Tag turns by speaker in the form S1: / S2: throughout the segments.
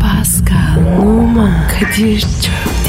S1: Pascal, Oman, Kadir çok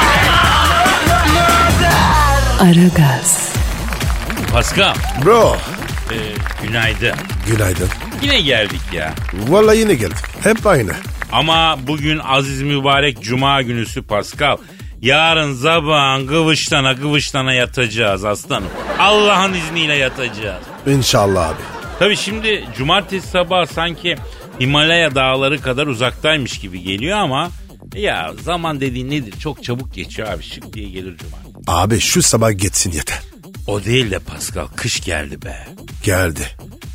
S1: Aragaz,
S2: Pascal,
S3: Bro.
S2: e, günaydın.
S3: Günaydın.
S2: Yine geldik ya.
S3: Vallahi yine geldik. Hep aynı.
S2: Ama bugün aziz mübarek cuma günüsü Pascal. Yarın sabahın kıvıştana kıvıştana yatacağız aslanım. Allah'ın izniyle yatacağız.
S3: İnşallah abi.
S2: Tabi şimdi cumartesi sabahı sanki Himalaya dağları kadar uzaktaymış gibi geliyor ama ya zaman dediğin nedir? Çok çabuk geçiyor abi şık diye gelir cuma.
S3: Abi şu sabah geçsin yeter.
S2: O değil de Pascal kış geldi be.
S3: Geldi.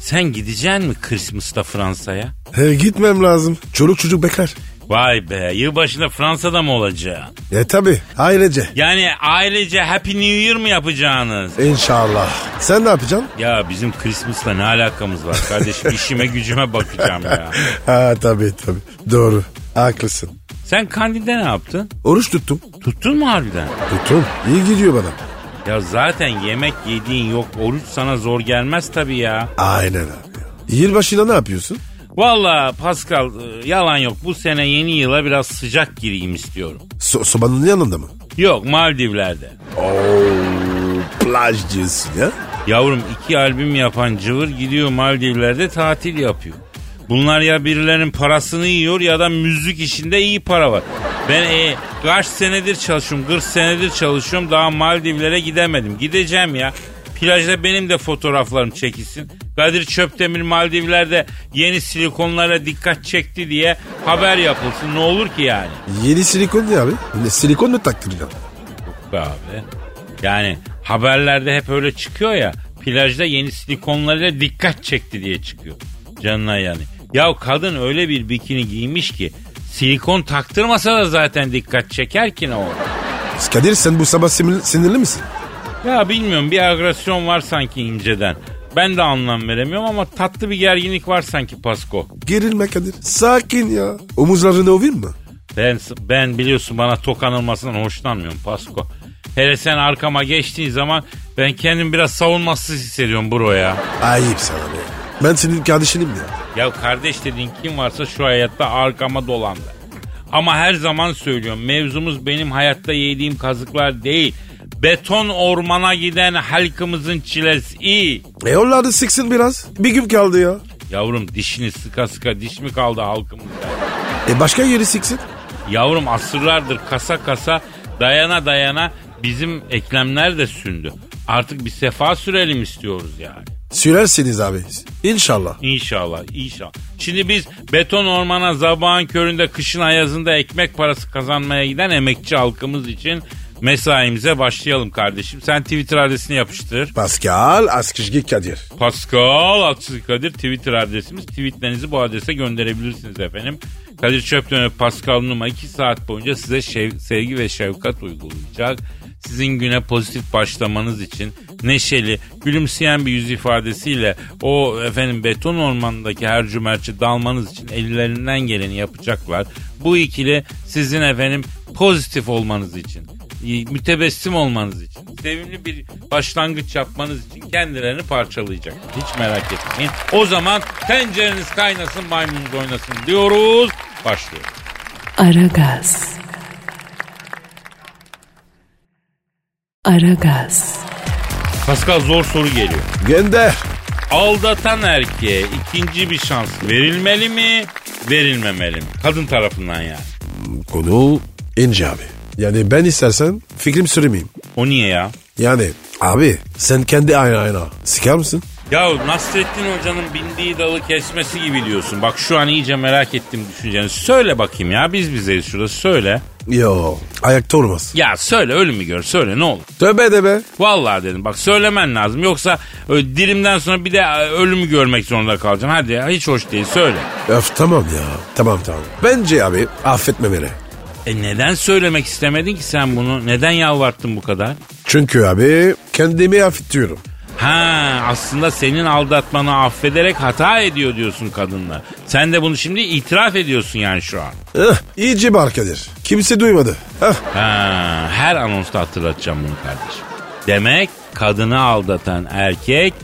S2: Sen gideceksin mi Christmas'ta Fransa'ya?
S3: He, gitmem lazım. Çoluk çocuk bekler.
S2: Vay be yılbaşında Fransa'da mı olacaksın?
S3: E tabi. Ailece.
S2: Yani ailece Happy New Year mı yapacağınız?
S3: İnşallah. Sen ne yapacaksın?
S2: Ya bizim Christmas'la ne alakamız var kardeşim? İşime gücüme bakacağım ya.
S3: ha tabi tabi. Doğru. Haklısın.
S2: Sen Kandil'de ne yaptın?
S3: Oruç tuttum.
S2: Tuttun mu harbiden?
S3: Tuttum. İyi gidiyor bana.
S2: Ya zaten yemek yediğin yok. Oruç sana zor gelmez tabii ya.
S3: Aynen abi. Yılbaşında ne yapıyorsun?
S2: Valla Pascal e, yalan yok. Bu sene yeni yıla biraz sıcak gireyim istiyorum.
S3: So sobanın yanında mı?
S2: Yok Maldivler'de.
S3: Oo, plaj diyorsun ya.
S2: Yavrum iki albüm yapan cıvır gidiyor Maldivler'de tatil yapıyor. Bunlar ya birilerinin parasını yiyor ya da müzik işinde iyi para var. Ben e, kaç senedir çalışıyorum, 40 senedir çalışıyorum daha Maldivlere gidemedim. Gideceğim ya. Plajda benim de fotoğraflarım çekilsin. Kadir Çöptemir Maldivler'de yeni silikonlara dikkat çekti diye haber yapılsın. Ne olur ki yani?
S3: Yeni silikon ne abi? Ne, silikon mu taktıracaksın?
S2: Be abi. Yani haberlerde hep öyle çıkıyor ya. Plajda yeni silikonlarıyla dikkat çekti diye çıkıyor. Canına yani. Ya kadın öyle bir bikini giymiş ki silikon taktırmasa da zaten dikkat çeker ki ne olur.
S3: Kadir sen bu sabah sinir- sinirli misin?
S2: Ya bilmiyorum bir agresyon var sanki inceden. Ben de anlam veremiyorum ama tatlı bir gerginlik var sanki Pasko.
S3: Gerilme Kadir. Sakin ya. Omuzlarını ovayım mı?
S2: Ben ben biliyorsun bana tokanılmasından hoşlanmıyorum Pasko. Hele sen arkama geçtiğin zaman ben kendim biraz savunmasız hissediyorum bro ya.
S3: Ayıp sana be. Ben senin kardeşinim ya.
S2: Ya kardeş dediğin kim varsa şu hayatta arkama dolandı. Ama her zaman söylüyorum mevzumuz benim hayatta yediğim kazıklar değil. Beton ormana giden halkımızın çilesi. İyi.
S3: E onlar da sıksın biraz. Bir gün kaldı ya.
S2: Yavrum dişini sıka sıka diş mi kaldı halkımızda?
S3: E başka yeri sıksın.
S2: Yavrum asırlardır kasa kasa dayana dayana bizim eklemler de sündü. Artık bir sefa sürelim istiyoruz yani.
S3: Sürersiniz abi. İnşallah.
S2: İnşallah, inşallah. Şimdi biz beton ormana zabağın köründe kışın ayazında ekmek parası kazanmaya giden emekçi halkımız için mesaimize başlayalım kardeşim. Sen Twitter adresini yapıştır.
S3: Pascal Askışgi Kadir.
S2: Pascal Aksız Kadir Twitter adresimiz. Tweetlerinizi bu adrese gönderebilirsiniz efendim. Kadir Çöpten Pascal Numa 2 saat boyunca size şev- sevgi ve şefkat uygulayacak. Sizin güne pozitif başlamanız için neşeli, gülümseyen bir yüz ifadesiyle o efendim beton ormanındaki her cümerçi dalmanız için ellerinden geleni yapacaklar. Bu ikili sizin efendim pozitif olmanız için Ee, mütebessim olmanız için, sevimli bir başlangıç yapmanız için kendilerini parçalayacak. Hiç merak etmeyin. O zaman tencereniz kaynasın, maymununuz oynasın diyoruz. Başlıyoruz.
S1: Aragaz. Aragaz,
S2: Pascal zor soru geliyor.
S3: Gönder.
S2: Aldatan erkeğe ikinci bir şans verilmeli mi, verilmemeli mi? Kadın tarafından yani.
S3: Konu ince abi. Yani ben istersen fikrim süremeyeyim.
S2: O niye ya?
S3: Yani abi sen kendi ayna ayna sıkar mısın?
S2: Ya Nasrettin Hoca'nın bindiği dalı kesmesi gibi diyorsun. Bak şu an iyice merak ettim düşünceni. Söyle bakayım ya biz bizeyiz şurada söyle.
S3: Yo ayakta olmaz.
S2: Ya söyle ölümü gör söyle ne olur.
S3: Tövbe de be.
S2: Vallahi dedim bak söylemen lazım yoksa ö, dilimden sonra bir de e, ölümü görmek zorunda kalacağım. Hadi ya hiç hoş değil söyle.
S3: Öf tamam ya. Tamam tamam. Bence abi affetme beni.
S2: E neden söylemek istemedin ki sen bunu? Neden yalvarttın bu kadar?
S3: Çünkü abi kendimi affetiyorum.
S2: Ha aslında senin aldatmanı affederek hata ediyor diyorsun kadınla. Sen de bunu şimdi itiraf ediyorsun yani şu an.
S3: Hıh, Eh, iyice barkadır. Kimse duymadı. Eh, Hah,
S2: Ha, her anonsta hatırlatacağım bunu kardeşim. Demek kadını aldatan erkek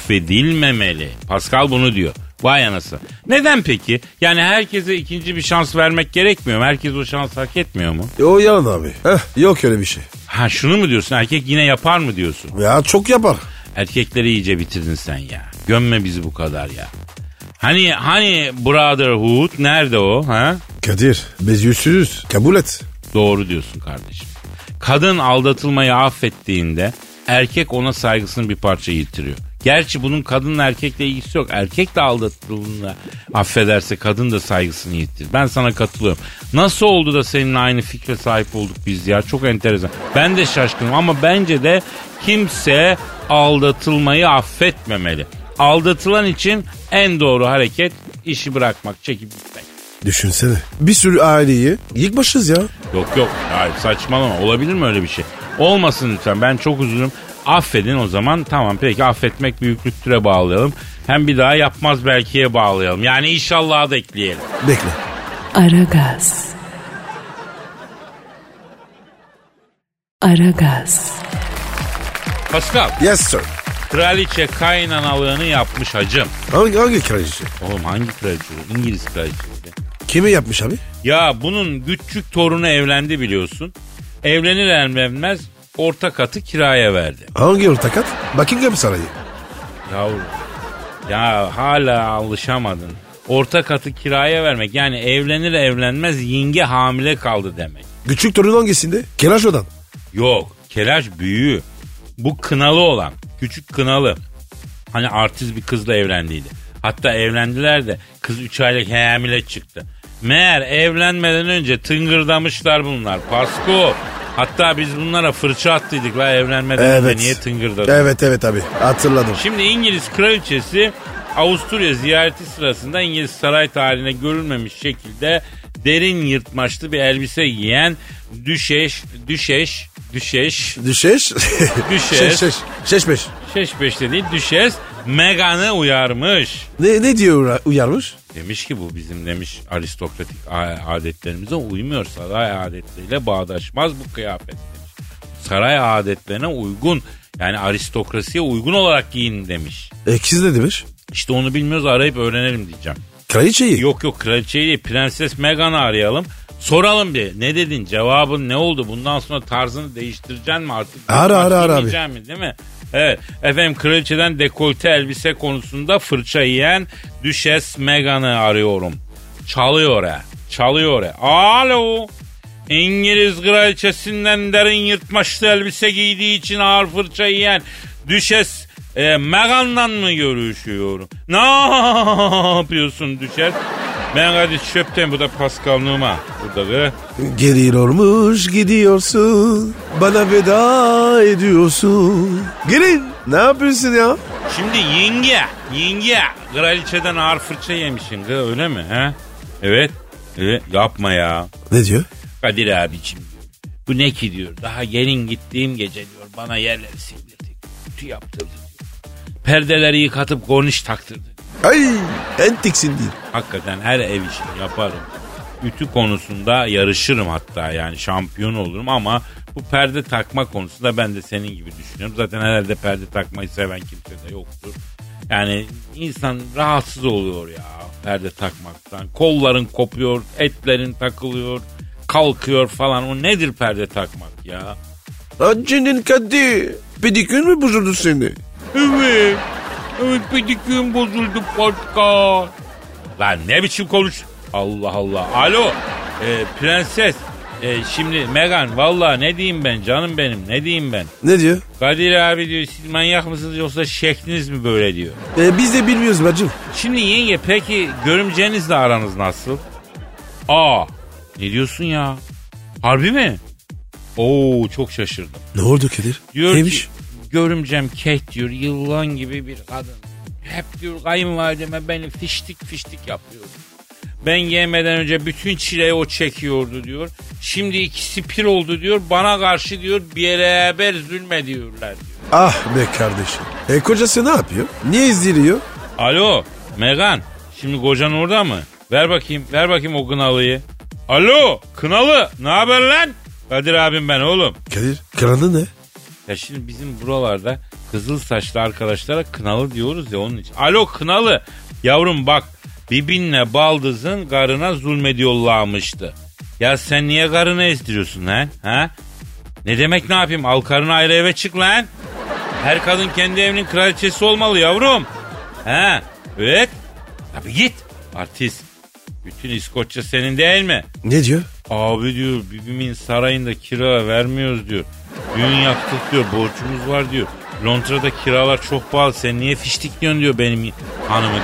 S2: affedilmemeli. Pascal bunu diyor. Vay anası. Neden peki? Yani herkese ikinci bir şans vermek gerekmiyor mu? Herkes o şansı hak etmiyor mu?
S3: e, o yalan abi. Hah, yok öyle bir şey.
S2: Ha şunu mu diyorsun? Erkek yine yapar mı diyorsun?
S3: Ya çok yapar.
S2: Erkekleri iyice bitirdin sen ya. Gömme bizi bu kadar ya. Hani hani brotherhood nerede o ha?
S3: Kadir biz yüzsüzüz. Kabul et.
S2: Doğru diyorsun kardeşim. Kadın aldatılmayı affettiğinde erkek ona saygısının bir parça yitiriyor. Gerçi bunun kadınla erkekle ilgisi yok. Erkek de aldatıldığında affederse kadın da saygısını yitirir. Ben sana katılıyorum. Nasıl oldu da seninle aynı fikre sahip olduk biz ya? Çok enteresan. Ben de şaşkınım ama bence de kimse aldatılmayı affetmemeli. Aldatılan için en doğru hareket işi bırakmak, çekip gitmek.
S3: Düşünsene. Bir sürü aileyi yıkmışız ya.
S2: Yok yok hayır saçmalama olabilir mi öyle bir şey? Olmasın lütfen ben çok üzülürüm. Affedin o zaman tamam peki affetmek büyük lütfüre bağlayalım. Hem bir daha yapmaz belkiye bağlayalım. Yani inşallah da ekleyelim.
S3: Bekle.
S1: Aragaz. Aragaz.
S2: Pascal
S3: Yes sir.
S2: kraliçe kaynanalığını yapmış hacım.
S3: Hangi, hangi kraliçe?
S2: Oğlum hangi kraliçe? bu? İngiliz kraliçesi.
S3: Kimi yapmış abi?
S2: Ya bunun küçük torunu evlendi biliyorsun. Evlenir evlenmez orta katı kiraya verdi.
S3: Hangi ortakat? Buckingham Sarayı.
S2: Yavrum ya hala alışamadın. Orta katı kiraya vermek yani evlenir evlenmez yenge hamile kaldı demek.
S3: Küçük torun hangisinde? Kelaş odan.
S2: Yok kelaş büyüğü. Bu kınalı olan küçük kınalı. Hani artist bir kızla evlendiydi. Hatta evlendiler de kız 3 aylık hamile çıktı. Meğer evlenmeden önce tıngırdamışlar bunlar. Pasko. Hatta biz bunlara fırça attıydık la evlenmeden önce niye tıngırdadık?
S3: Evet evet abi hatırladım.
S2: Şimdi İngiliz kraliçesi Avusturya ziyareti sırasında İngiliz saray tarihine görülmemiş şekilde derin yırtmaçlı bir elbise giyen düşeş, düşeş, düşeş,
S3: Düşeş.
S2: Düşeş.
S3: Şeş, şeş. Şeş beş.
S2: şeş beş de değil düşes Meghan'ı uyarmış.
S3: Ne, ne diyor ura- uyarmış?
S2: Demiş ki bu bizim demiş aristokratik a- adetlerimize uymuyor. Saray adetleriyle bağdaşmaz bu kıyafet demiş. Saray adetlerine uygun yani aristokrasiye uygun olarak giyin demiş.
S3: Ekiz E, ne demiş?
S2: İşte onu bilmiyoruz arayıp öğrenelim diyeceğim.
S3: Kraliçeyi.
S2: Yok yok kraliçeyi değil Prenses Meghan'ı arayalım. Soralım bir ne dedin cevabın ne oldu bundan sonra tarzını değiştireceksin mi artık?
S3: Ara, ara, ara abi.
S2: Giymeyeceksin mi, değil mi? Evet efendim kraliçeden dekolte elbise konusunda fırça yiyen Düşes Meghan'ı arıyorum. Çalıyor he çalıyor he. Alo İngiliz kraliçesinden derin yırtmaçlı elbise giydiği için ağır fırça yiyen Düşes e, Meghan'la mı görüşüyorum? Ne yapıyorsun Düşes? Ben Kadir Çöpten bu da Pascal Numa. Burada da.
S3: Geliyormuş gidiyorsun. Bana veda ediyorsun. Gelin. Ne yapıyorsun ya?
S2: Şimdi yenge, yenge. Kraliçeden ağır fırça yemişsin kız öyle mi? He? Evet. Evet yapma ya.
S3: Ne diyor?
S2: Kadir abicim diyor. Bu ne ki diyor. Daha gelin gittiğim gece diyor. Bana yerleri sildirdi. Kutu yaptırdı diyor. Perdeleri yıkatıp korniş taktırdı.
S3: Ay en tiksindi.
S2: Hakikaten her ev işini yaparım. Ütü konusunda yarışırım hatta yani şampiyon olurum ama bu perde takma konusunda ben de senin gibi düşünüyorum. Zaten herhalde perde takmayı seven kimse de yoktur. Yani insan rahatsız oluyor ya perde takmaktan. Kolların kopuyor, etlerin takılıyor, kalkıyor falan. O nedir perde takmak ya?
S3: Acının kadı. Pedikür mü bozuldu seni?
S2: Evet. Evet pedikürüm bozuldu Pascal. Lan ne biçim konuş? Allah Allah. Alo. Ee, prenses. Ee, şimdi Megan valla ne diyeyim ben canım benim ne diyeyim ben.
S3: Ne diyor?
S2: Kadir abi diyor siz manyak mısınız yoksa şekliniz mi böyle diyor.
S3: E, biz de bilmiyoruz bacım.
S2: Şimdi yenge peki görümcenizle aranız nasıl? Aa ne diyorsun ya? Harbi mi? Oo çok şaşırdım.
S3: Ne oldu Kadir?
S2: Diyor
S3: Neymiş?
S2: ki görümcem Kate diyor yılan gibi bir kadın. Hep diyor kayınvalideme beni fiştik fiştik yapıyor. Ben yemeden önce bütün çileyi o çekiyordu diyor. Şimdi ikisi pir oldu diyor. Bana karşı diyor beraber zulme diyorlar diyor.
S3: Ah be kardeşim. E kocası ne yapıyor? Niye izdiriyor?
S2: Alo Megan şimdi kocan orada mı? Ver bakayım ver bakayım o kınalıyı. Alo kınalı ne haber lan? Kadir abim ben oğlum.
S3: Kadir kralı ne?
S2: Ya şimdi bizim buralarda kızıl saçlı arkadaşlara kınalı diyoruz ya onun için. Alo kınalı yavrum bak bibinle baldızın karına zulmediyorlarmıştı. Ya sen niye karını ezdiriyorsun lan? Ha? Ne demek ne yapayım al karını ayrı eve çık lan. Her kadın kendi evinin kraliçesi olmalı yavrum. He evet. Tabii git artist. Bütün İskoçya senin değil mi?
S3: Ne diyor?
S2: Abi diyor bibimin sarayında kira vermiyoruz diyor. Düğün yaptık diyor borcumuz var diyor. Londra'da kiralar çok pahalı sen niye fiştikliyorsun diyor benim hanımı.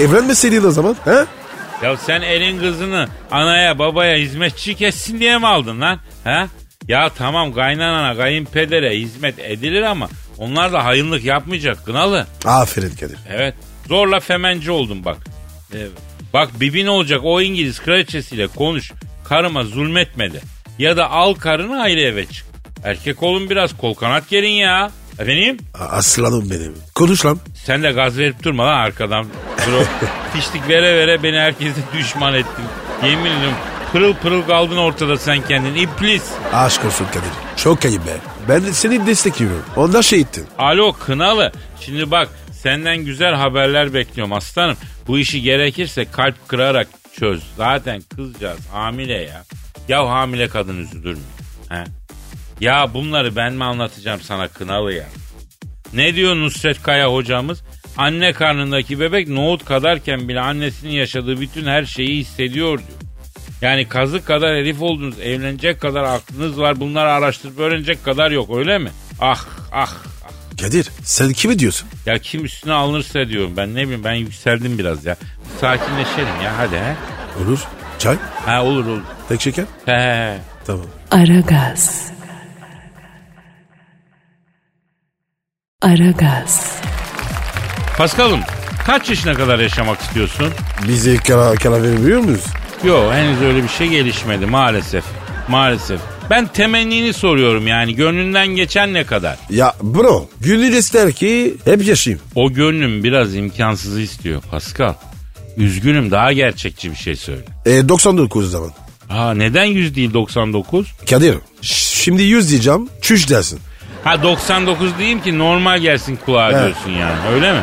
S3: Evlenmeseydin o zaman. He?
S2: Ya sen elin kızını anaya babaya hizmetçi kessin diye mi aldın lan? Ha? Ya tamam kaynanana kayınpedere hizmet edilir ama onlar da hayırlık yapmayacak kınalı.
S3: Aferin Kadir.
S2: Evet. Zorla femenci oldum bak. Evet. Bak bibi ne olacak o İngiliz kraliçesiyle konuş. Karıma zulmetmedi. Ya da al karını ayrı eve çık. Erkek olun biraz kol kanat gelin ya. Efendim?
S3: A- Aslanım benim. Konuş lan.
S2: Sen de gaz verip durma lan arkadan. Bro, fiştik vere vere beni herkese düşman ettin. Yemin ederim pırıl pırıl kaldın ortada sen kendin. İblis.
S3: Aşk olsun Kadir. Çok ayıp be. Ben de seni destekliyorum. Ondan şey ettin.
S2: Alo Kınalı. Şimdi bak senden güzel haberler bekliyorum aslanım. Bu işi gerekirse kalp kırarak çöz. Zaten kızcağız hamile ya. Ya hamile kadın üzülür mü? He? Ya bunları ben mi anlatacağım sana Kınalı ya? Ne diyor Nusret Kaya hocamız? Anne karnındaki bebek nohut kadarken bile annesinin yaşadığı bütün her şeyi hissediyor diyor. Yani kazık kadar herif oldunuz, evlenecek kadar aklınız var, bunları araştırıp öğrenecek kadar yok öyle mi? Ah ah
S3: Kadir sen kimi diyorsun?
S2: ya kim üstüne alınırsa diyorum ben ne bileyim ben yükseldim biraz ya. Bir Sakinleşelim ya hadi he.
S3: Olur. Çay.
S2: Ha olur olur.
S3: Tek şeker.
S2: He, He. he.
S3: Tamam.
S1: Aragaz. Aragaz.
S2: Paskal'ım kaç yaşına kadar yaşamak istiyorsun?
S3: Bizi kara, kara verebiliyor muyuz?
S2: Yok henüz öyle bir şey gelişmedi maalesef. Maalesef. Ben temennini soruyorum yani gönlünden geçen ne kadar?
S3: Ya bro. Gönül ister ki hep yaşayayım.
S2: O gönlüm biraz imkansızı istiyor Paskal. Üzgünüm daha gerçekçi bir şey söyle.
S3: E, 99 zaman.
S2: Ha neden 100 değil 99?
S3: Kadir. ş- Şimdi 100 diyeceğim. Çüş dersin.
S2: Ha 99 diyeyim ki normal gelsin kulağa
S3: Evet.
S2: diyorsun yani öyle mi?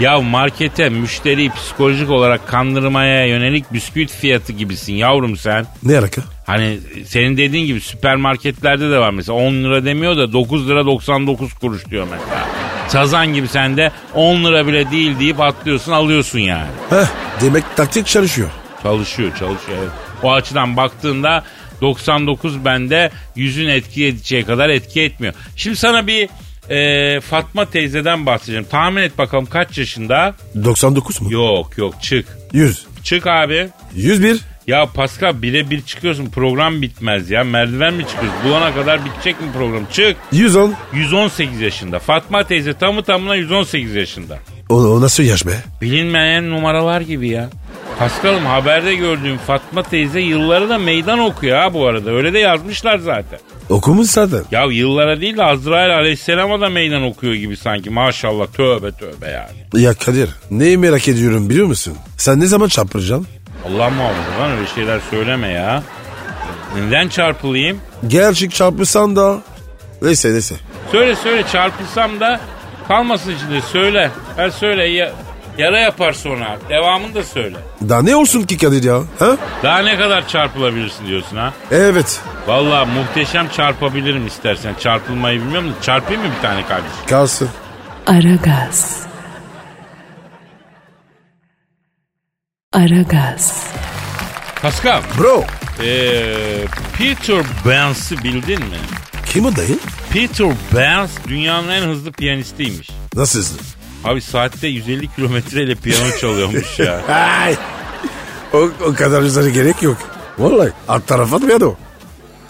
S2: Ya markete müşteriyi psikolojik olarak kandırmaya yönelik bisküvit fiyatı gibisin yavrum sen.
S3: Ne alaka?
S2: Hani senin dediğin gibi süpermarketlerde de var mesela 10 lira demiyor da 9 lira 99 kuruş diyor mesela. Sazan gibi sen de 10 lira bile değil deyip atlıyorsun alıyorsun yani.
S3: Heh, demek taktik çalışıyor.
S2: Çalışıyor çalışıyor evet. O açıdan baktığında 99 bende yüzün etki edeceği kadar etki etmiyor. Şimdi sana bir e, Fatma teyzeden bahsedeceğim. Tahmin et bakalım kaç yaşında?
S3: 99 mu?
S2: Yok yok çık.
S3: 100.
S2: Çık abi.
S3: 101.
S2: Ya Pascal birebir çıkıyorsun program bitmez ya. Merdiven mi çıkıyorsun? Bulana kadar bitecek mi program? Çık.
S3: 110.
S2: 118 yaşında. Fatma teyze tamı tamına 118 yaşında.
S3: O, o nasıl yaş be?
S2: Bilinmeyen numaralar gibi ya. Paskal'ım haberde gördüğüm Fatma teyze yılları da meydan okuyor ha bu arada. Öyle de yazmışlar zaten.
S3: Okumuş zaten.
S2: Ya yıllara değil de Azrail aleyhisselama da meydan okuyor gibi sanki maşallah tövbe tövbe yani.
S3: Ya Kadir neyi merak ediyorum biliyor musun? Sen ne zaman çarpıracaksın?
S2: Allah muhafaza lan öyle şeyler söyleme ya. Neden çarpılayım?
S3: Gerçek çarpırsan da. Neyse neyse.
S2: Söyle söyle çarpılsam da kalmasın içinde söyle. Her söyle ya- yara yapar sonra. Devamını da söyle.
S3: Daha ne olsun ki Kadir ya? Ha?
S2: Daha ne kadar çarpılabilirsin diyorsun ha?
S3: Evet.
S2: Valla muhteşem çarpabilirim istersen. Çarpılmayı bilmiyorum da çarpayım mı bir tane kardeşim?
S3: Kalsın.
S1: Aragaz. Aragaz.
S2: Pascal,
S3: Bro.
S2: ee, Peter Benz'i bildin mi?
S3: Kim o dayı?
S2: Peter Benz dünyanın en hızlı piyanistiymiş.
S3: Nasıl hızlı?
S2: Abi saatte 150 kilometreyle piyano çalıyormuş ya.
S3: Ay. O, o kadar hızlı gerek yok. Vallahi. Alt tarafa atmıyor da o.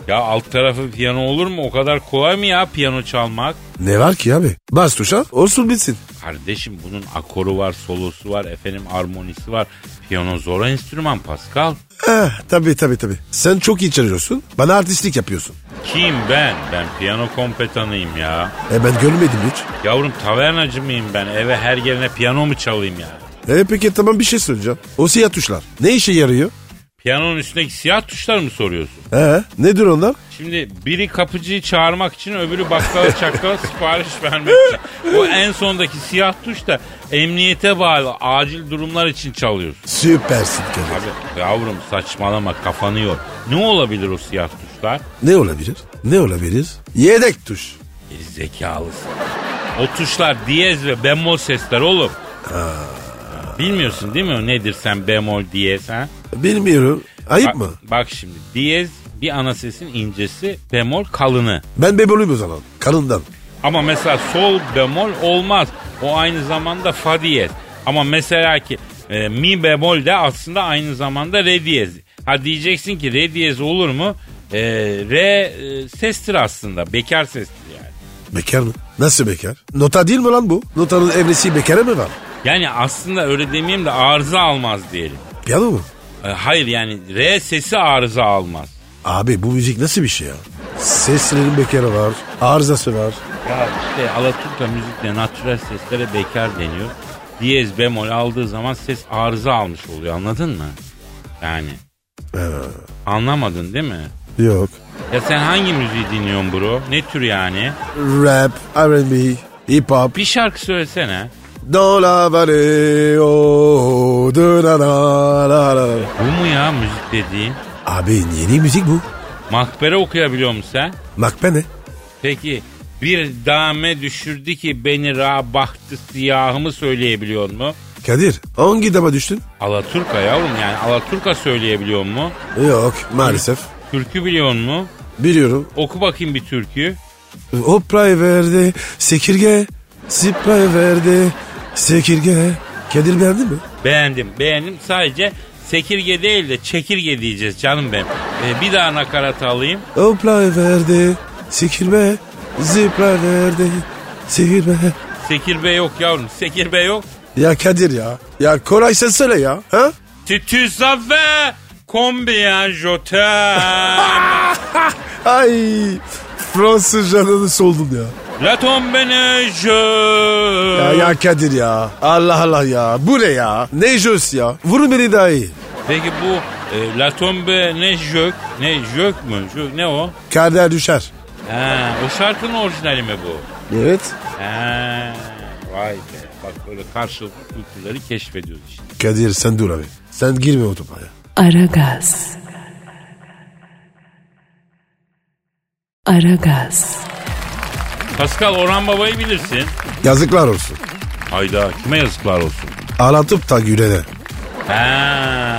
S2: Ya alt tarafı piyano olur mu? O kadar kolay mı ya piyano çalmak?
S3: Ne var ki abi? Bas tuşa olsun bitsin.
S2: Kardeşim bunun akoru var, solosu var, efendim armonisi var. Piyano zor enstrüman Pascal.
S3: Eh, tabii tabii tabii. Sen çok iyi çalıyorsun. Bana artistlik yapıyorsun.
S2: Kim ben? Ben piyano kompetanıyım ya.
S3: E ben görmedim hiç.
S2: Yavrum tavernacı mıyım ben? Eve her yerine piyano mu çalayım yani?
S3: E peki tamam bir şey söyleyeceğim. O siyah tuşlar ne işe yarıyor?
S2: Piyanonun üstündeki siyah tuşları mı soruyorsun?
S3: Ee, nedir onlar?
S2: Şimdi biri kapıcıyı çağırmak için öbürü bakkala çakkala sipariş vermek için. Bu en sondaki siyah tuş da emniyete bağlı acil durumlar için çalıyorsun.
S3: Süpersin Kadir.
S2: Abi yavrum saçmalama kafanı yor. Ne olabilir o siyah tuşlar?
S3: Ne olabilir? Ne olabilir? Yedek tuş.
S2: Geri E, zekalısın. O tuşlar diyez ve bemol sesler oğlum. Bilmiyorsun değil mi o nedir sen bemol diyez ha?
S3: Bilmiyorum. Ayıp
S2: Bak-
S3: mı?
S2: Bak şimdi diyez bir ana sesin incesi bemol kalını.
S3: Ben beboluyum o zaman. Kalından.
S2: Ama mesela sol bemol olmaz. O aynı zamanda fa diyez. Ama mesela ki e, mi bemol de aslında aynı zamanda re diyez. Ha diyeceksin ki re diyez olur mu? E, re e, sestir aslında. Bekar sestir yani.
S3: Bekar mı? Nasıl bekar? Nota değil mi lan bu? Notanın evresi bekara mı var?
S2: Yani aslında öyle demeyeyim de arıza almaz diyelim.
S3: Piyano mu?
S2: E, hayır yani re sesi arıza almaz.
S3: Abi bu müzik nasıl bir şey ya? Seslerin bekarı var. Arızası var.
S2: Ya işte Alaturka müzikte natürel seslere bekar deniyor. Diyez bemol aldığı zaman ses arıza almış oluyor anladın mı? Yani. Anlamadın değil mi?
S3: Ee, Yok.
S2: Ya sen hangi müziği dinliyorsun bro? Ne tür yani?
S3: Rap, R&B, hip hop.
S2: Bir şarkı söylesene.
S3: Dola oh, vare o döna la la la.
S2: Bu mu ya müzik dediğin?
S3: Abi yeni müzik bu.
S2: Makbere okuyabiliyor musun sen?
S3: Makbe ne?
S2: Peki bir dame düşürdü ki beni ra bahtı siyahımı söyleyebiliyor mu?
S3: Kadir hangi dama düştün?
S2: Alaturka yavrum yani Alaturka söyleyebiliyor mu?
S3: Yok maalesef.
S2: Türkü biliyor mu?
S3: Biliyorum.
S2: Oku bakayım bir türkü.
S3: Opra'yı verdi sekirge. Sipra'yı verdi sekirge. Kadir beğendi mi?
S2: Beğendim beğendim sadece sekirge değil de çekirge diyeceğiz canım benim. Ee, bir daha nakarat alayım.
S3: Opra'yı verdi sekirme. Zipra verdi sekirme.
S2: Sekirbe yok yavrum sekirbe yok.
S3: Ya Kadir ya. Ya Koray sen söyle ya. Ha?
S2: Titüsa ve kombiyen jotem.
S3: Ay Fransız canını soldum ya.
S2: La tombe ne
S3: Ya, ya Kadir ya. Allah Allah ya. Bu ne ya? Ne jös ya? Vurun beni daha iyi.
S2: Peki bu e, La tombe ne jök? Ne jök mü? Jök, ne o?
S3: Kader düşer.
S2: Ha, o şarkının orijinali mi bu?
S3: Evet.
S2: Ha, vay be. Bak böyle karşılıklı kültürleri keşfediyoruz işte.
S3: Kadir sen dur abi. Sen girme o topa ya.
S1: Aragaz. Aragaz.
S2: Pascal Orhan Baba'yı bilirsin.
S3: Yazıklar olsun.
S2: Hayda kime yazıklar olsun.
S3: Ağlatıp da gülene.
S2: Ha,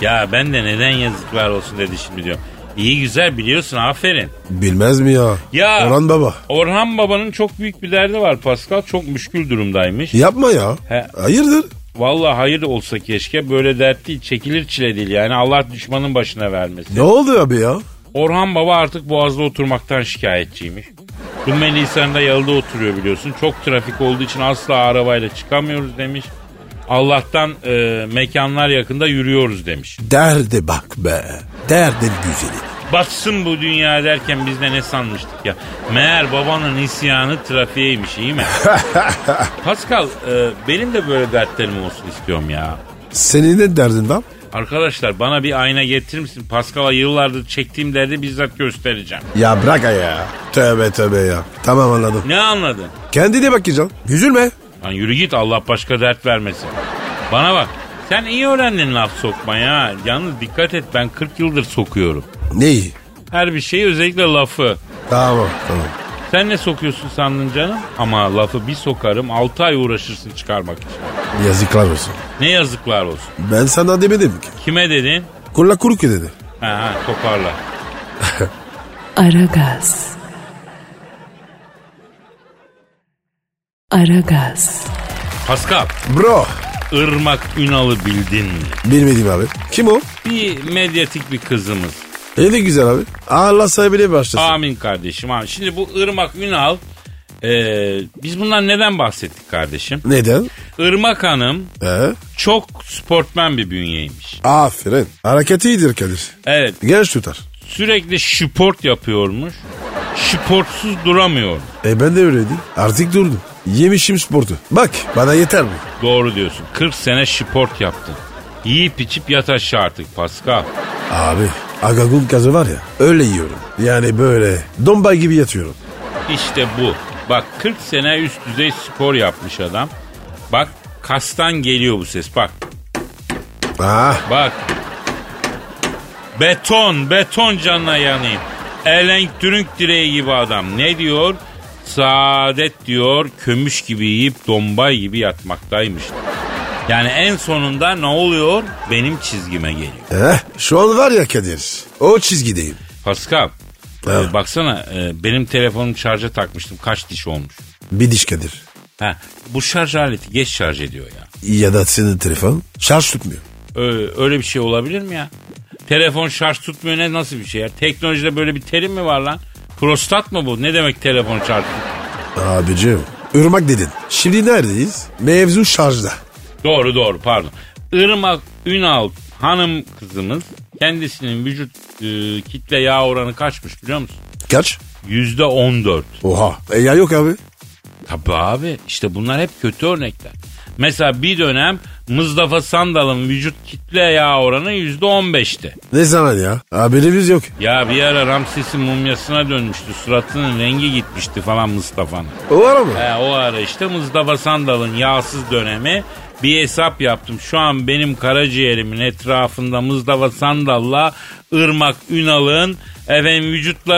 S2: ya ben de neden yazıklar olsun dedi şimdi diyorum. İyi güzel biliyorsun aferin.
S3: Bilmez mi ya?
S2: Ya.
S3: Orhan baba.
S2: Orhan Baba'nın çok büyük bir derdi var Pascal. Çok müşkül durumdaymış.
S3: Yapma ya.
S2: He.
S3: Hayırdır?
S2: Vallahi hayır olsa keşke böyle dert değil. Çekilir çile değil yani Allah düşmanın başına vermesin.
S3: Ne oldu abi ya?
S2: Orhan Baba artık boğazda oturmaktan şikayetçiymiş. Rumeli Hisarı'nda yalıda oturuyor biliyorsun. Çok trafik olduğu için asla arabayla çıkamıyoruz demiş. Allah'tan e, mekanlar yakında yürüyoruz demiş.
S3: Derde bak be. Derdin güzeli.
S2: Batsın bu dünya derken biz de ne sanmıştık ya. Meğer babanın isyanı trafiğeymiş iyi mi? Pascal e, benim de böyle dertlerim olsun istiyorum ya.
S3: Senin ne derdin var?
S2: Arkadaşlar bana bir ayna getirir misin? Pascal'a yıllardır çektiğim derdi bizzat göstereceğim.
S3: Ya bırak ya. Tövbe tövbe ya. Tamam anladım.
S2: Ne anladın?
S3: Kendine bakacaksın. Üzülme.
S2: Lan yürü git Allah başka dert vermesin. Bana bak sen iyi öğrendin laf sokmayı ha. Yalnız dikkat et ben 40 yıldır sokuyorum.
S3: Neyi?
S2: Her bir şeyi özellikle lafı.
S3: Tamam tamam.
S2: Sen ne sokuyorsun sandın canım? Ama lafı bir sokarım 6 ay uğraşırsın çıkarmak için.
S3: Yazıklar olsun.
S2: Ne yazıklar olsun.
S3: Ben sana demedim ki.
S2: Kime dedin?
S3: Kulla kuru ki dedi.
S2: Ha, ha toparla.
S1: Aragaz. Aragaz.
S2: Pascal,
S3: Bro.
S2: Irmak Ünal'ı bildin mi?
S3: Bilmediğim abi. Kim o?
S2: Bir medyatik bir kızımız.
S3: E ne güzel abi. Allah sahibine başlasın.
S2: Amin kardeşim. Amin. Şimdi bu Irmak Ünal Ee, biz bundan neden bahsettik kardeşim?
S3: Neden?
S2: Irmak Hanım
S3: He?
S2: çok sportmen bir bünyeymiş.
S3: Aferin. Hareket iyidir Kadir.
S2: Evet
S3: Genç tutar.
S2: sürekli sport yapıyormuş. Sportsuz duramıyor.
S3: E ben de öyleydim. Artık durdum. Yemişim sportu. Bak bana yeter mi?
S2: Doğru diyorsun. 40 sene sport yaptın. Yiyip içip yat aşağı artık Pascal.
S3: Abi agagun gazı var ya öyle yiyorum. Yani böyle domba gibi yatıyorum.
S2: İşte bu. Bak 40 sene üst düzey spor yapmış adam. Bak kastan geliyor bu ses. Bak
S3: Ah
S2: bak. Beton, beton canına yanayım. Elenk dürünk direği gibi adam. Ne diyor? Saadet diyor kömüş gibi yiyip dombay gibi yatmaktaymış. Yani en sonunda ne oluyor? Benim çizgime geliyor.
S3: eh, şu an var ya Kadir o çizgideyim.
S2: Pascal.
S3: Evet.
S2: e, baksana e, benim telefonum şarja takmıştım. Kaç diş olmuş?
S3: Bir diş Kadir.
S2: Ha, bu şarj aleti geç şarj ediyor ya.
S3: Ya da senin telefon şarj tutmuyor.
S2: Ö- öyle bir şey olabilir mi ya? Telefon şarj tutmuyor ne nasıl bir şey ya? Teknolojide böyle bir terim mi var lan? Prostat mı bu? Ne demek telefon şarj? tut-
S3: Abicim ırmak dedin. Şimdi neredeyiz? Mevzu şarjda.
S2: Doğru doğru pardon. Irmak Ünal hanım kızımız kendisinin vücut e, kitle yağ oranı kaçmış biliyor musun?
S3: Kaç?
S2: Yüzde on dört.
S3: Oha. E ya yok abi.
S2: Tabii abi işte bunlar hep kötü örnekler. Mesela bir dönem Mustafa Sandal'ın vücut kitle yağ oranı %15'ti.
S3: Ne zaman ya? Haberimiz yok.
S2: Ya bir ara Ramses'in mumyasına dönmüştü. Suratının rengi gitmişti falan Mustafa'nın.
S3: O var mı?
S2: He, o ara işte Mustafa Sandal'ın yağsız dönemi bir hesap yaptım. Şu an benim karaciğerimin etrafında Mustafa Sandal'la Irmak Ünal'ın efendim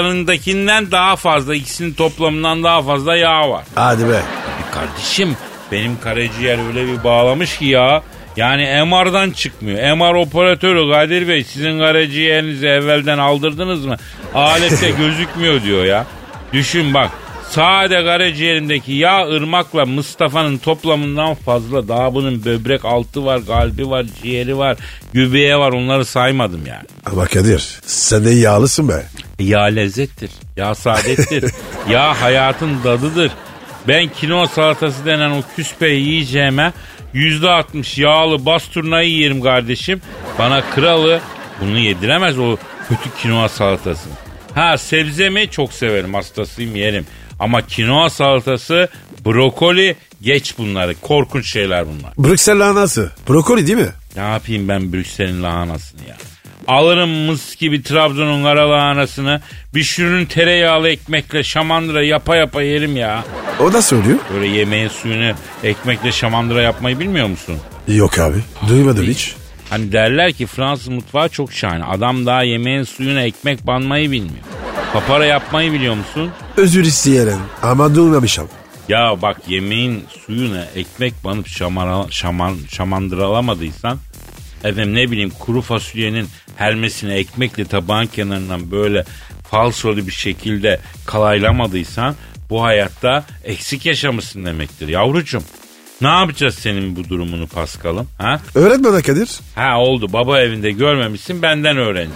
S2: vücutlarındakinden daha fazla ikisinin toplamından daha fazla yağ var.
S3: Hadi be.
S2: E Kardeşim benim karaciğer öyle bir bağlamış ki ya. Yani MR'dan çıkmıyor. MR operatörü Kadir Bey sizin karaciğerinizi evvelden aldırdınız mı? Alette gözükmüyor diyor ya. Düşün bak. Sade karaciğerindeki yağ ırmakla Mustafa'nın toplamından fazla. Daha bunun böbrek altı var, kalbi var, ciğeri var, göbeği var. Onları saymadım yani.
S3: Ama Kadir sen de yağlısın be.
S2: Ya lezzettir, ya saadettir, ya hayatın dadıdır. Ben kino salatası denen o küspeyi yiyeceğime yüzde altmış yağlı basturnayı yerim kardeşim. Bana kralı bunu yediremez o kötü kinoa salatası. Ha sebze mi çok severim hastasıyım yerim. Ama kinoa salatası, brokoli geç bunları. Korkunç şeyler bunlar.
S3: Brüksel lahanası. Brokoli değil mi?
S2: Ne yapayım ben Brüksel'in lahanasını ya? Alırım mıs gibi Trabzon'un kara lahanasını. Bir şürün tereyağlı ekmekle şamandıra yapa yapa yerim ya.
S3: O da söylüyor.
S2: Böyle yemeğin suyunu ekmekle şamandıra yapmayı bilmiyor musun?
S3: Yok abi. Duymadım hiç.
S2: Hani derler ki Fransız mutfağı çok şahane. Adam daha yemeğin suyuna ekmek banmayı bilmiyor. Papara yapmayı biliyor musun?
S3: Özür isteyelim ama duymamışım.
S2: Ya bak yemeğin suyuna ekmek banıp şamara, şaman, şamandıralamadıysan efendim ne bileyim kuru fasulyenin helmesini ekmekle tabağın kenarından böyle falsolu bir şekilde kalaylamadıysan bu hayatta eksik yaşamışsın demektir yavrucuğum. Ne yapacağız senin bu durumunu Paskal'ım? Ha?
S3: Öğret bana Kadir.
S2: Ha oldu baba evinde görmemişsin benden öğrendim.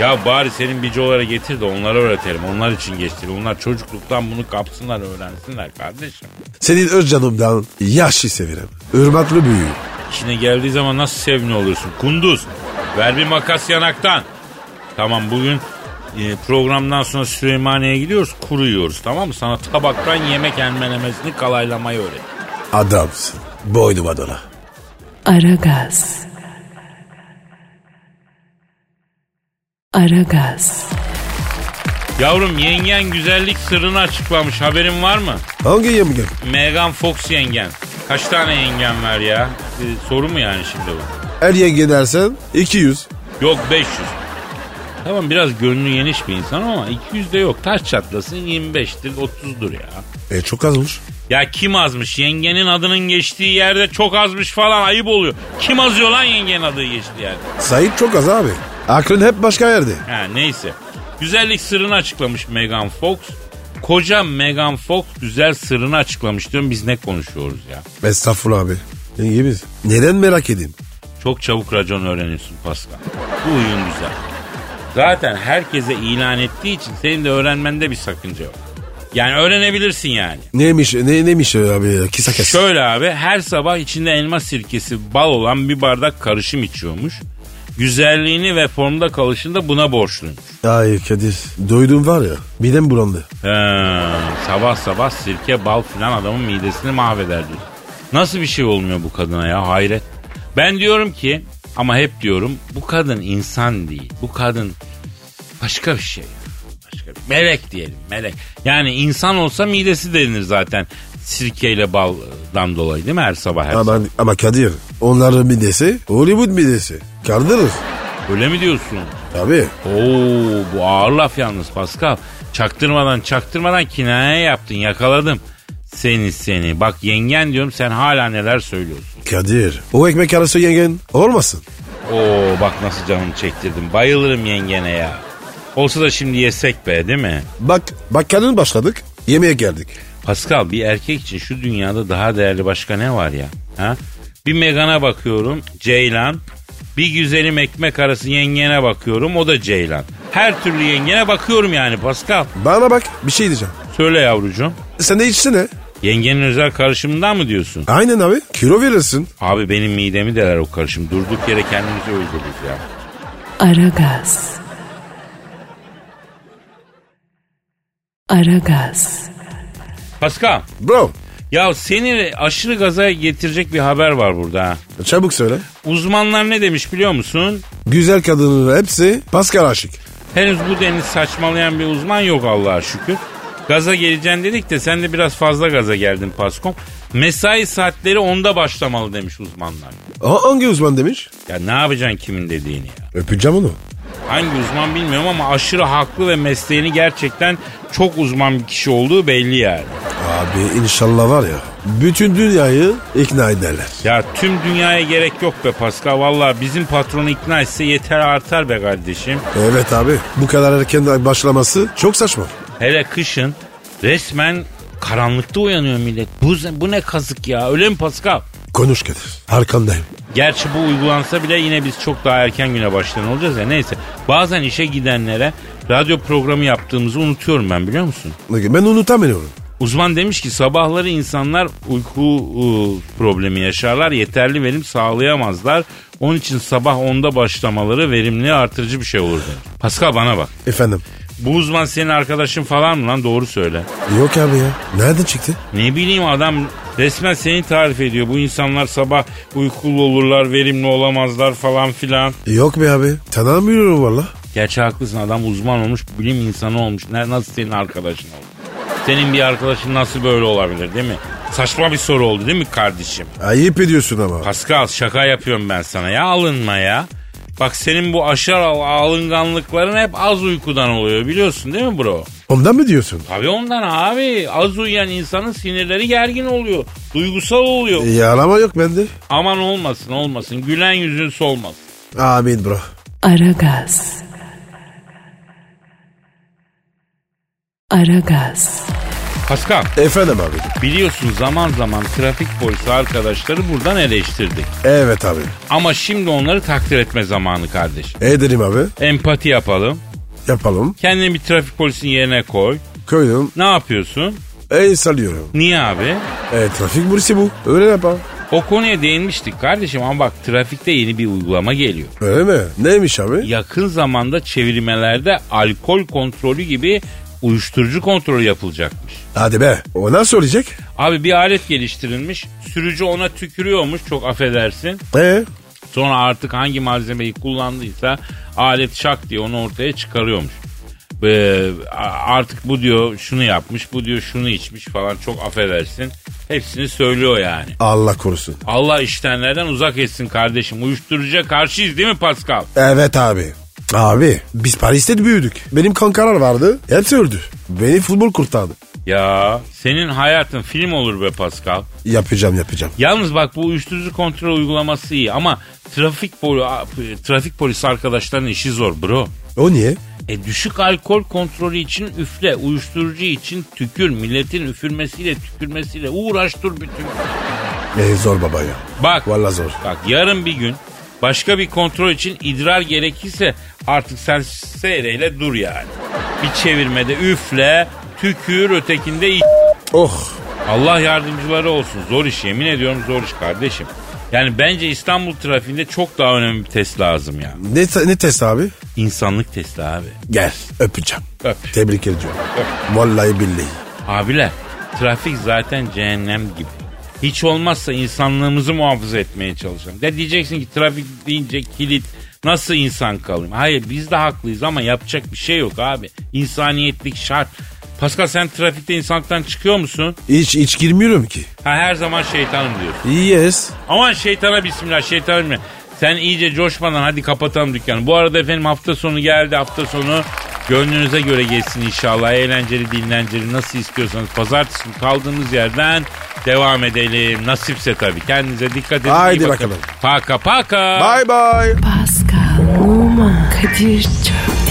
S2: Ya bari senin bicolara getir de onlara öğretelim. Onlar için geçtir. Onlar çocukluktan bunu kapsınlar öğrensinler kardeşim.
S3: Senin öz canımdan yaşlı severim. Hürmetli büyüğüm.
S2: İşine geldiği zaman nasıl sevimli olursun? Kunduz ver bir makas yanaktan. Tamam bugün e, programdan sonra Süleymaniye'ye gidiyoruz kuruyoruz tamam mı? Sana tabaktan yemek enmelemesini kalaylamayı öğret.
S3: Adamsın. Boynuma dola.
S1: Aragaz. Aragaz.
S2: Yavrum yengen güzellik sırrını açıklamış haberin var mı?
S3: Hangi yemeğim?
S2: Megan Fox yengen. Kaç tane yengen var ya? Ee, soru mu yani şimdi bu?
S3: Her yenge dersen 200.
S2: Yok 500. Tamam biraz gönlü geniş bir insan ama 200 de yok. Taş çatlasın 25'tir 30'dur ya.
S3: E çok azmış.
S2: Ya kim azmış? Yengenin adının geçtiği yerde çok azmış falan ayıp oluyor. Kim azıyor lan yengenin adı geçtiği yerde?
S3: Sayıp çok az abi. Aklın hep başka yerde.
S2: Ha neyse. Güzellik sırrını açıklamış Megan Fox. Koca Megan Fox güzel sırrını açıklamış diyorum. Biz ne konuşuyoruz ya?
S3: Estağfurullah abi. Yenge biz. Neden merak edeyim?
S2: Çok çabuk racon öğreniyorsun Pascal. Bu huyun güzel. Zaten herkese ilan ettiği için senin de öğrenmende bir sakınca yok. Yani öğrenebilirsin yani.
S3: Neymiş ne, neymiş abi kisa kes.
S2: Şöyle abi her sabah içinde elma sirkesi bal olan bir bardak karışım içiyormuş. Güzelliğini ve formda kalışını da buna borçluymuş.
S3: Ay Kadir doydum var ya midem bulandı.
S2: He, sabah sabah sirke bal filan adamın midesini mahveder diyor. Nasıl bir şey olmuyor bu kadına ya hayret. Ben diyorum ki ama hep diyorum bu kadın insan değil. Bu kadın başka bir şey. Başka bir melek diyelim melek. Yani insan olsa midesi delinir zaten sirkeyle baldan dolayı değil mi her sabah her sabah.
S3: Ama, ama Kadir onların midesi Hollywood midesi. Kardırır.
S2: Öyle mi diyorsun?
S3: Abi
S2: Oo bu ağır laf yalnız Pascal. Çaktırmadan çaktırmadan kinaye yaptın yakaladım. Seni seni. Bak yengen diyorum sen hala neler söylüyorsun.
S3: Kadir o ekmek arası yengen olmasın.
S2: Oo bak nasıl canımı çektirdim. Bayılırım yengene ya. Olsa da şimdi yesek be değil mi?
S3: Bak bak kadın başladık yemeğe geldik.
S2: Pascal bir erkek için şu dünyada daha değerli başka ne var ya? Ha? Bir Megan'a bakıyorum Ceylan. Bir güzelim ekmek arası yengene bakıyorum o da Ceylan. Her türlü yengene bakıyorum yani Pascal.
S3: Bana bak bir şey diyeceğim.
S2: Söyle yavrucuğum.
S3: Sen de içsene.
S2: Yengenin özel karışımından mı diyorsun?
S3: Aynen abi kilo verirsin.
S2: Abi benim midemi deler o karışım. Durduk yere kendimizi öldürürüz ya.
S1: Aragaz. Aragaz.
S2: Pascal,
S3: Bro
S2: ya seni aşırı gaza getirecek bir haber var burada. ha.
S3: çabuk söyle.
S2: Uzmanlar ne demiş biliyor musun?
S3: Güzel kadının hepsi Pascal aşık.
S2: Henüz bu denli saçmalayan bir uzman yok Allah'a şükür. Gaza geleceğim dedik de sen de biraz fazla gaza geldin Paskom. Mesai saatleri onda başlamalı demiş uzmanlar.
S3: Ha- hangi uzman demiş?
S2: Ya ne yapacaksın kimin dediğini ya?
S3: Öpeceğim onu.
S2: Hangi uzman bilmiyorum ama aşırı haklı ve mesleğini gerçekten çok uzman bir kişi olduğu belli yani.
S3: Abi inşallah var ya bütün dünyayı ikna ederler.
S2: Ya tüm dünyaya gerek yok be Pascal. Valla bizim patronu ikna etse yeter artar be kardeşim.
S3: Evet abi bu kadar erken başlaması çok saçma.
S2: Hele kışın resmen karanlıkta uyanıyor millet. Bu, bu ne kazık ya öyle mi Pascal?
S3: Konuş Kadir arkandayım.
S2: Gerçi bu uygulansa bile yine biz çok daha erken güne başlayan olacağız ya neyse. Bazen işe gidenlere radyo programı yaptığımızı unutuyorum ben biliyor musun?
S3: Ben unutamıyorum.
S2: Uzman demiş ki sabahları insanlar uyku ıı, problemi yaşarlar. Yeterli verim sağlayamazlar. Onun için sabah 10'da başlamaları verimli artırıcı bir şey olur demiş. Pascal bana bak.
S3: Efendim
S2: Bu uzman senin arkadaşın falan mı lan doğru söyle.
S3: yok abi ya nereden çıktı?
S2: Ne bileyim adam resmen seni tarif ediyor. Bu insanlar sabah uykulu olurlar, verimli olamazlar falan filan.
S3: Yok be abi tanımıyorum valla.
S2: Gerçi haklısın adam uzman olmuş, bilim insanı olmuş. Ne- Nasıl senin arkadaşın oldu? Senin bir arkadaşın nasıl böyle olabilir değil mi? Saçma bir soru oldu değil mi kardeşim?
S3: Ayıp ediyorsun ama.
S2: Pascal şaka yapıyorum ben sana ya alınma ya. Bak senin bu aşar al- alınganlıkların hep az uykudan oluyor biliyorsun değil mi bro?
S3: Ondan mı diyorsun?
S2: Tabii ondan abi az uyuyan insanın sinirleri gergin oluyor. Duygusal oluyor.
S3: E- Yalama yok bende.
S2: Aman olmasın olmasın gülen yüzün solmasın.
S3: Amin bro.
S1: Aragaz. Aragaz.
S2: Pascal
S3: Efendim abi.
S2: biliyorsun zaman zaman trafik polisi arkadaşları buradan eleştirdik.
S3: Evet abi.
S2: Ama şimdi onları takdir etme zamanı kardeşim.
S3: Ederim abi.
S2: Empati yapalım.
S3: Yapalım.
S2: Kendini bir trafik polisinin yerine koy.
S3: Koydum.
S2: Ne yapıyorsun?
S3: El salıyorum.
S2: Niye abi?
S3: E, trafik polisi bu. Öyle yapalım.
S2: O konuya değinmiştik kardeşim ama bak trafikte yeni bir uygulama geliyor.
S3: Öyle mi? Neymiş abi?
S2: Yakın zamanda çevirmelerde alkol kontrolü gibi uyuşturucu kontrolü yapılacakmış.
S3: Hadi be. O nasıl olacak?
S2: Abi bir alet geliştirilmiş. Sürücü ona tükürüyormuş çok affedersin.
S3: Ee,
S2: Sonra artık hangi malzemeyi kullandıysa alet şak diye onu ortaya çıkarıyormuş. Ee, a- artık bu diyor şunu yapmış, bu diyor şunu içmiş falan çok affedersin. Hepsini söylüyor yani.
S3: Allah korusun.
S2: Allah iştenlerden uzak etsin kardeşim. Uyuşturucuya karşıyız değil mi Pascal?
S3: Evet abi. Abi biz Paris'te de büyüdük. Benim kankalar vardı. Hepsi öldü. Beni futbol kurtardı.
S2: Ya senin hayatın film olur be Pascal.
S3: Yapacağım yapacağım.
S2: Yalnız bak bu uyuşturucu kontrol uygulaması iyi ama trafik poli, trafik polisi arkadaşların işi zor bro.
S3: O niye?
S2: E düşük alkol kontrolü için üfle, uyuşturucu için tükür, milletin üfürmesiyle tükürmesiyle uğraştır bütün.
S3: E, zor baba ya.
S2: Bak,
S3: Vallahi zor.
S2: bak yarın bir gün başka bir kontrol için idrar gerekirse artık sen seyreyle dur yani. Bir çevirmede üfle, tükür ötekinde iç.
S3: Oh.
S2: Allah yardımcıları olsun. Zor iş yemin ediyorum zor iş kardeşim. Yani bence İstanbul trafiğinde çok daha önemli bir test lazım ya.
S3: Ne, te- ne test abi?
S2: İnsanlık testi abi.
S3: Gel öpeceğim.
S2: Öp.
S3: Tebrik ediyorum. Vallahi billahi.
S2: Abiler trafik zaten cehennem gibi. Hiç olmazsa insanlığımızı muhafaza etmeye çalışalım. Ya diyeceksin ki trafik deyince kilit nasıl insan kalayım? Hayır biz de haklıyız ama yapacak bir şey yok abi. İnsaniyetlik şart. Pascal sen trafikte insanlıktan çıkıyor musun?
S3: Hiç, hiç girmiyorum ki.
S2: Ha her zaman şeytanım diyorsun.
S3: Yes.
S2: Aman şeytana bismillah şeytana bismillah. Sen iyice coşmadan hadi kapatalım dükkanı. Bu arada efendim hafta sonu geldi. Hafta sonu gönlünüze göre geçsin inşallah. Eğlenceli, dinlenceli nasıl istiyorsanız. Pazartesi günü kaldığımız yerden devam edelim. Nasipse tabii. Kendinize dikkat edin.
S3: Haydi
S2: iyi bakın.
S3: bakalım.
S2: Paka paka.
S3: Bye bye.
S1: Pascal, Oman, Kadir çok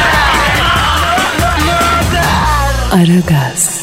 S1: Aragaz.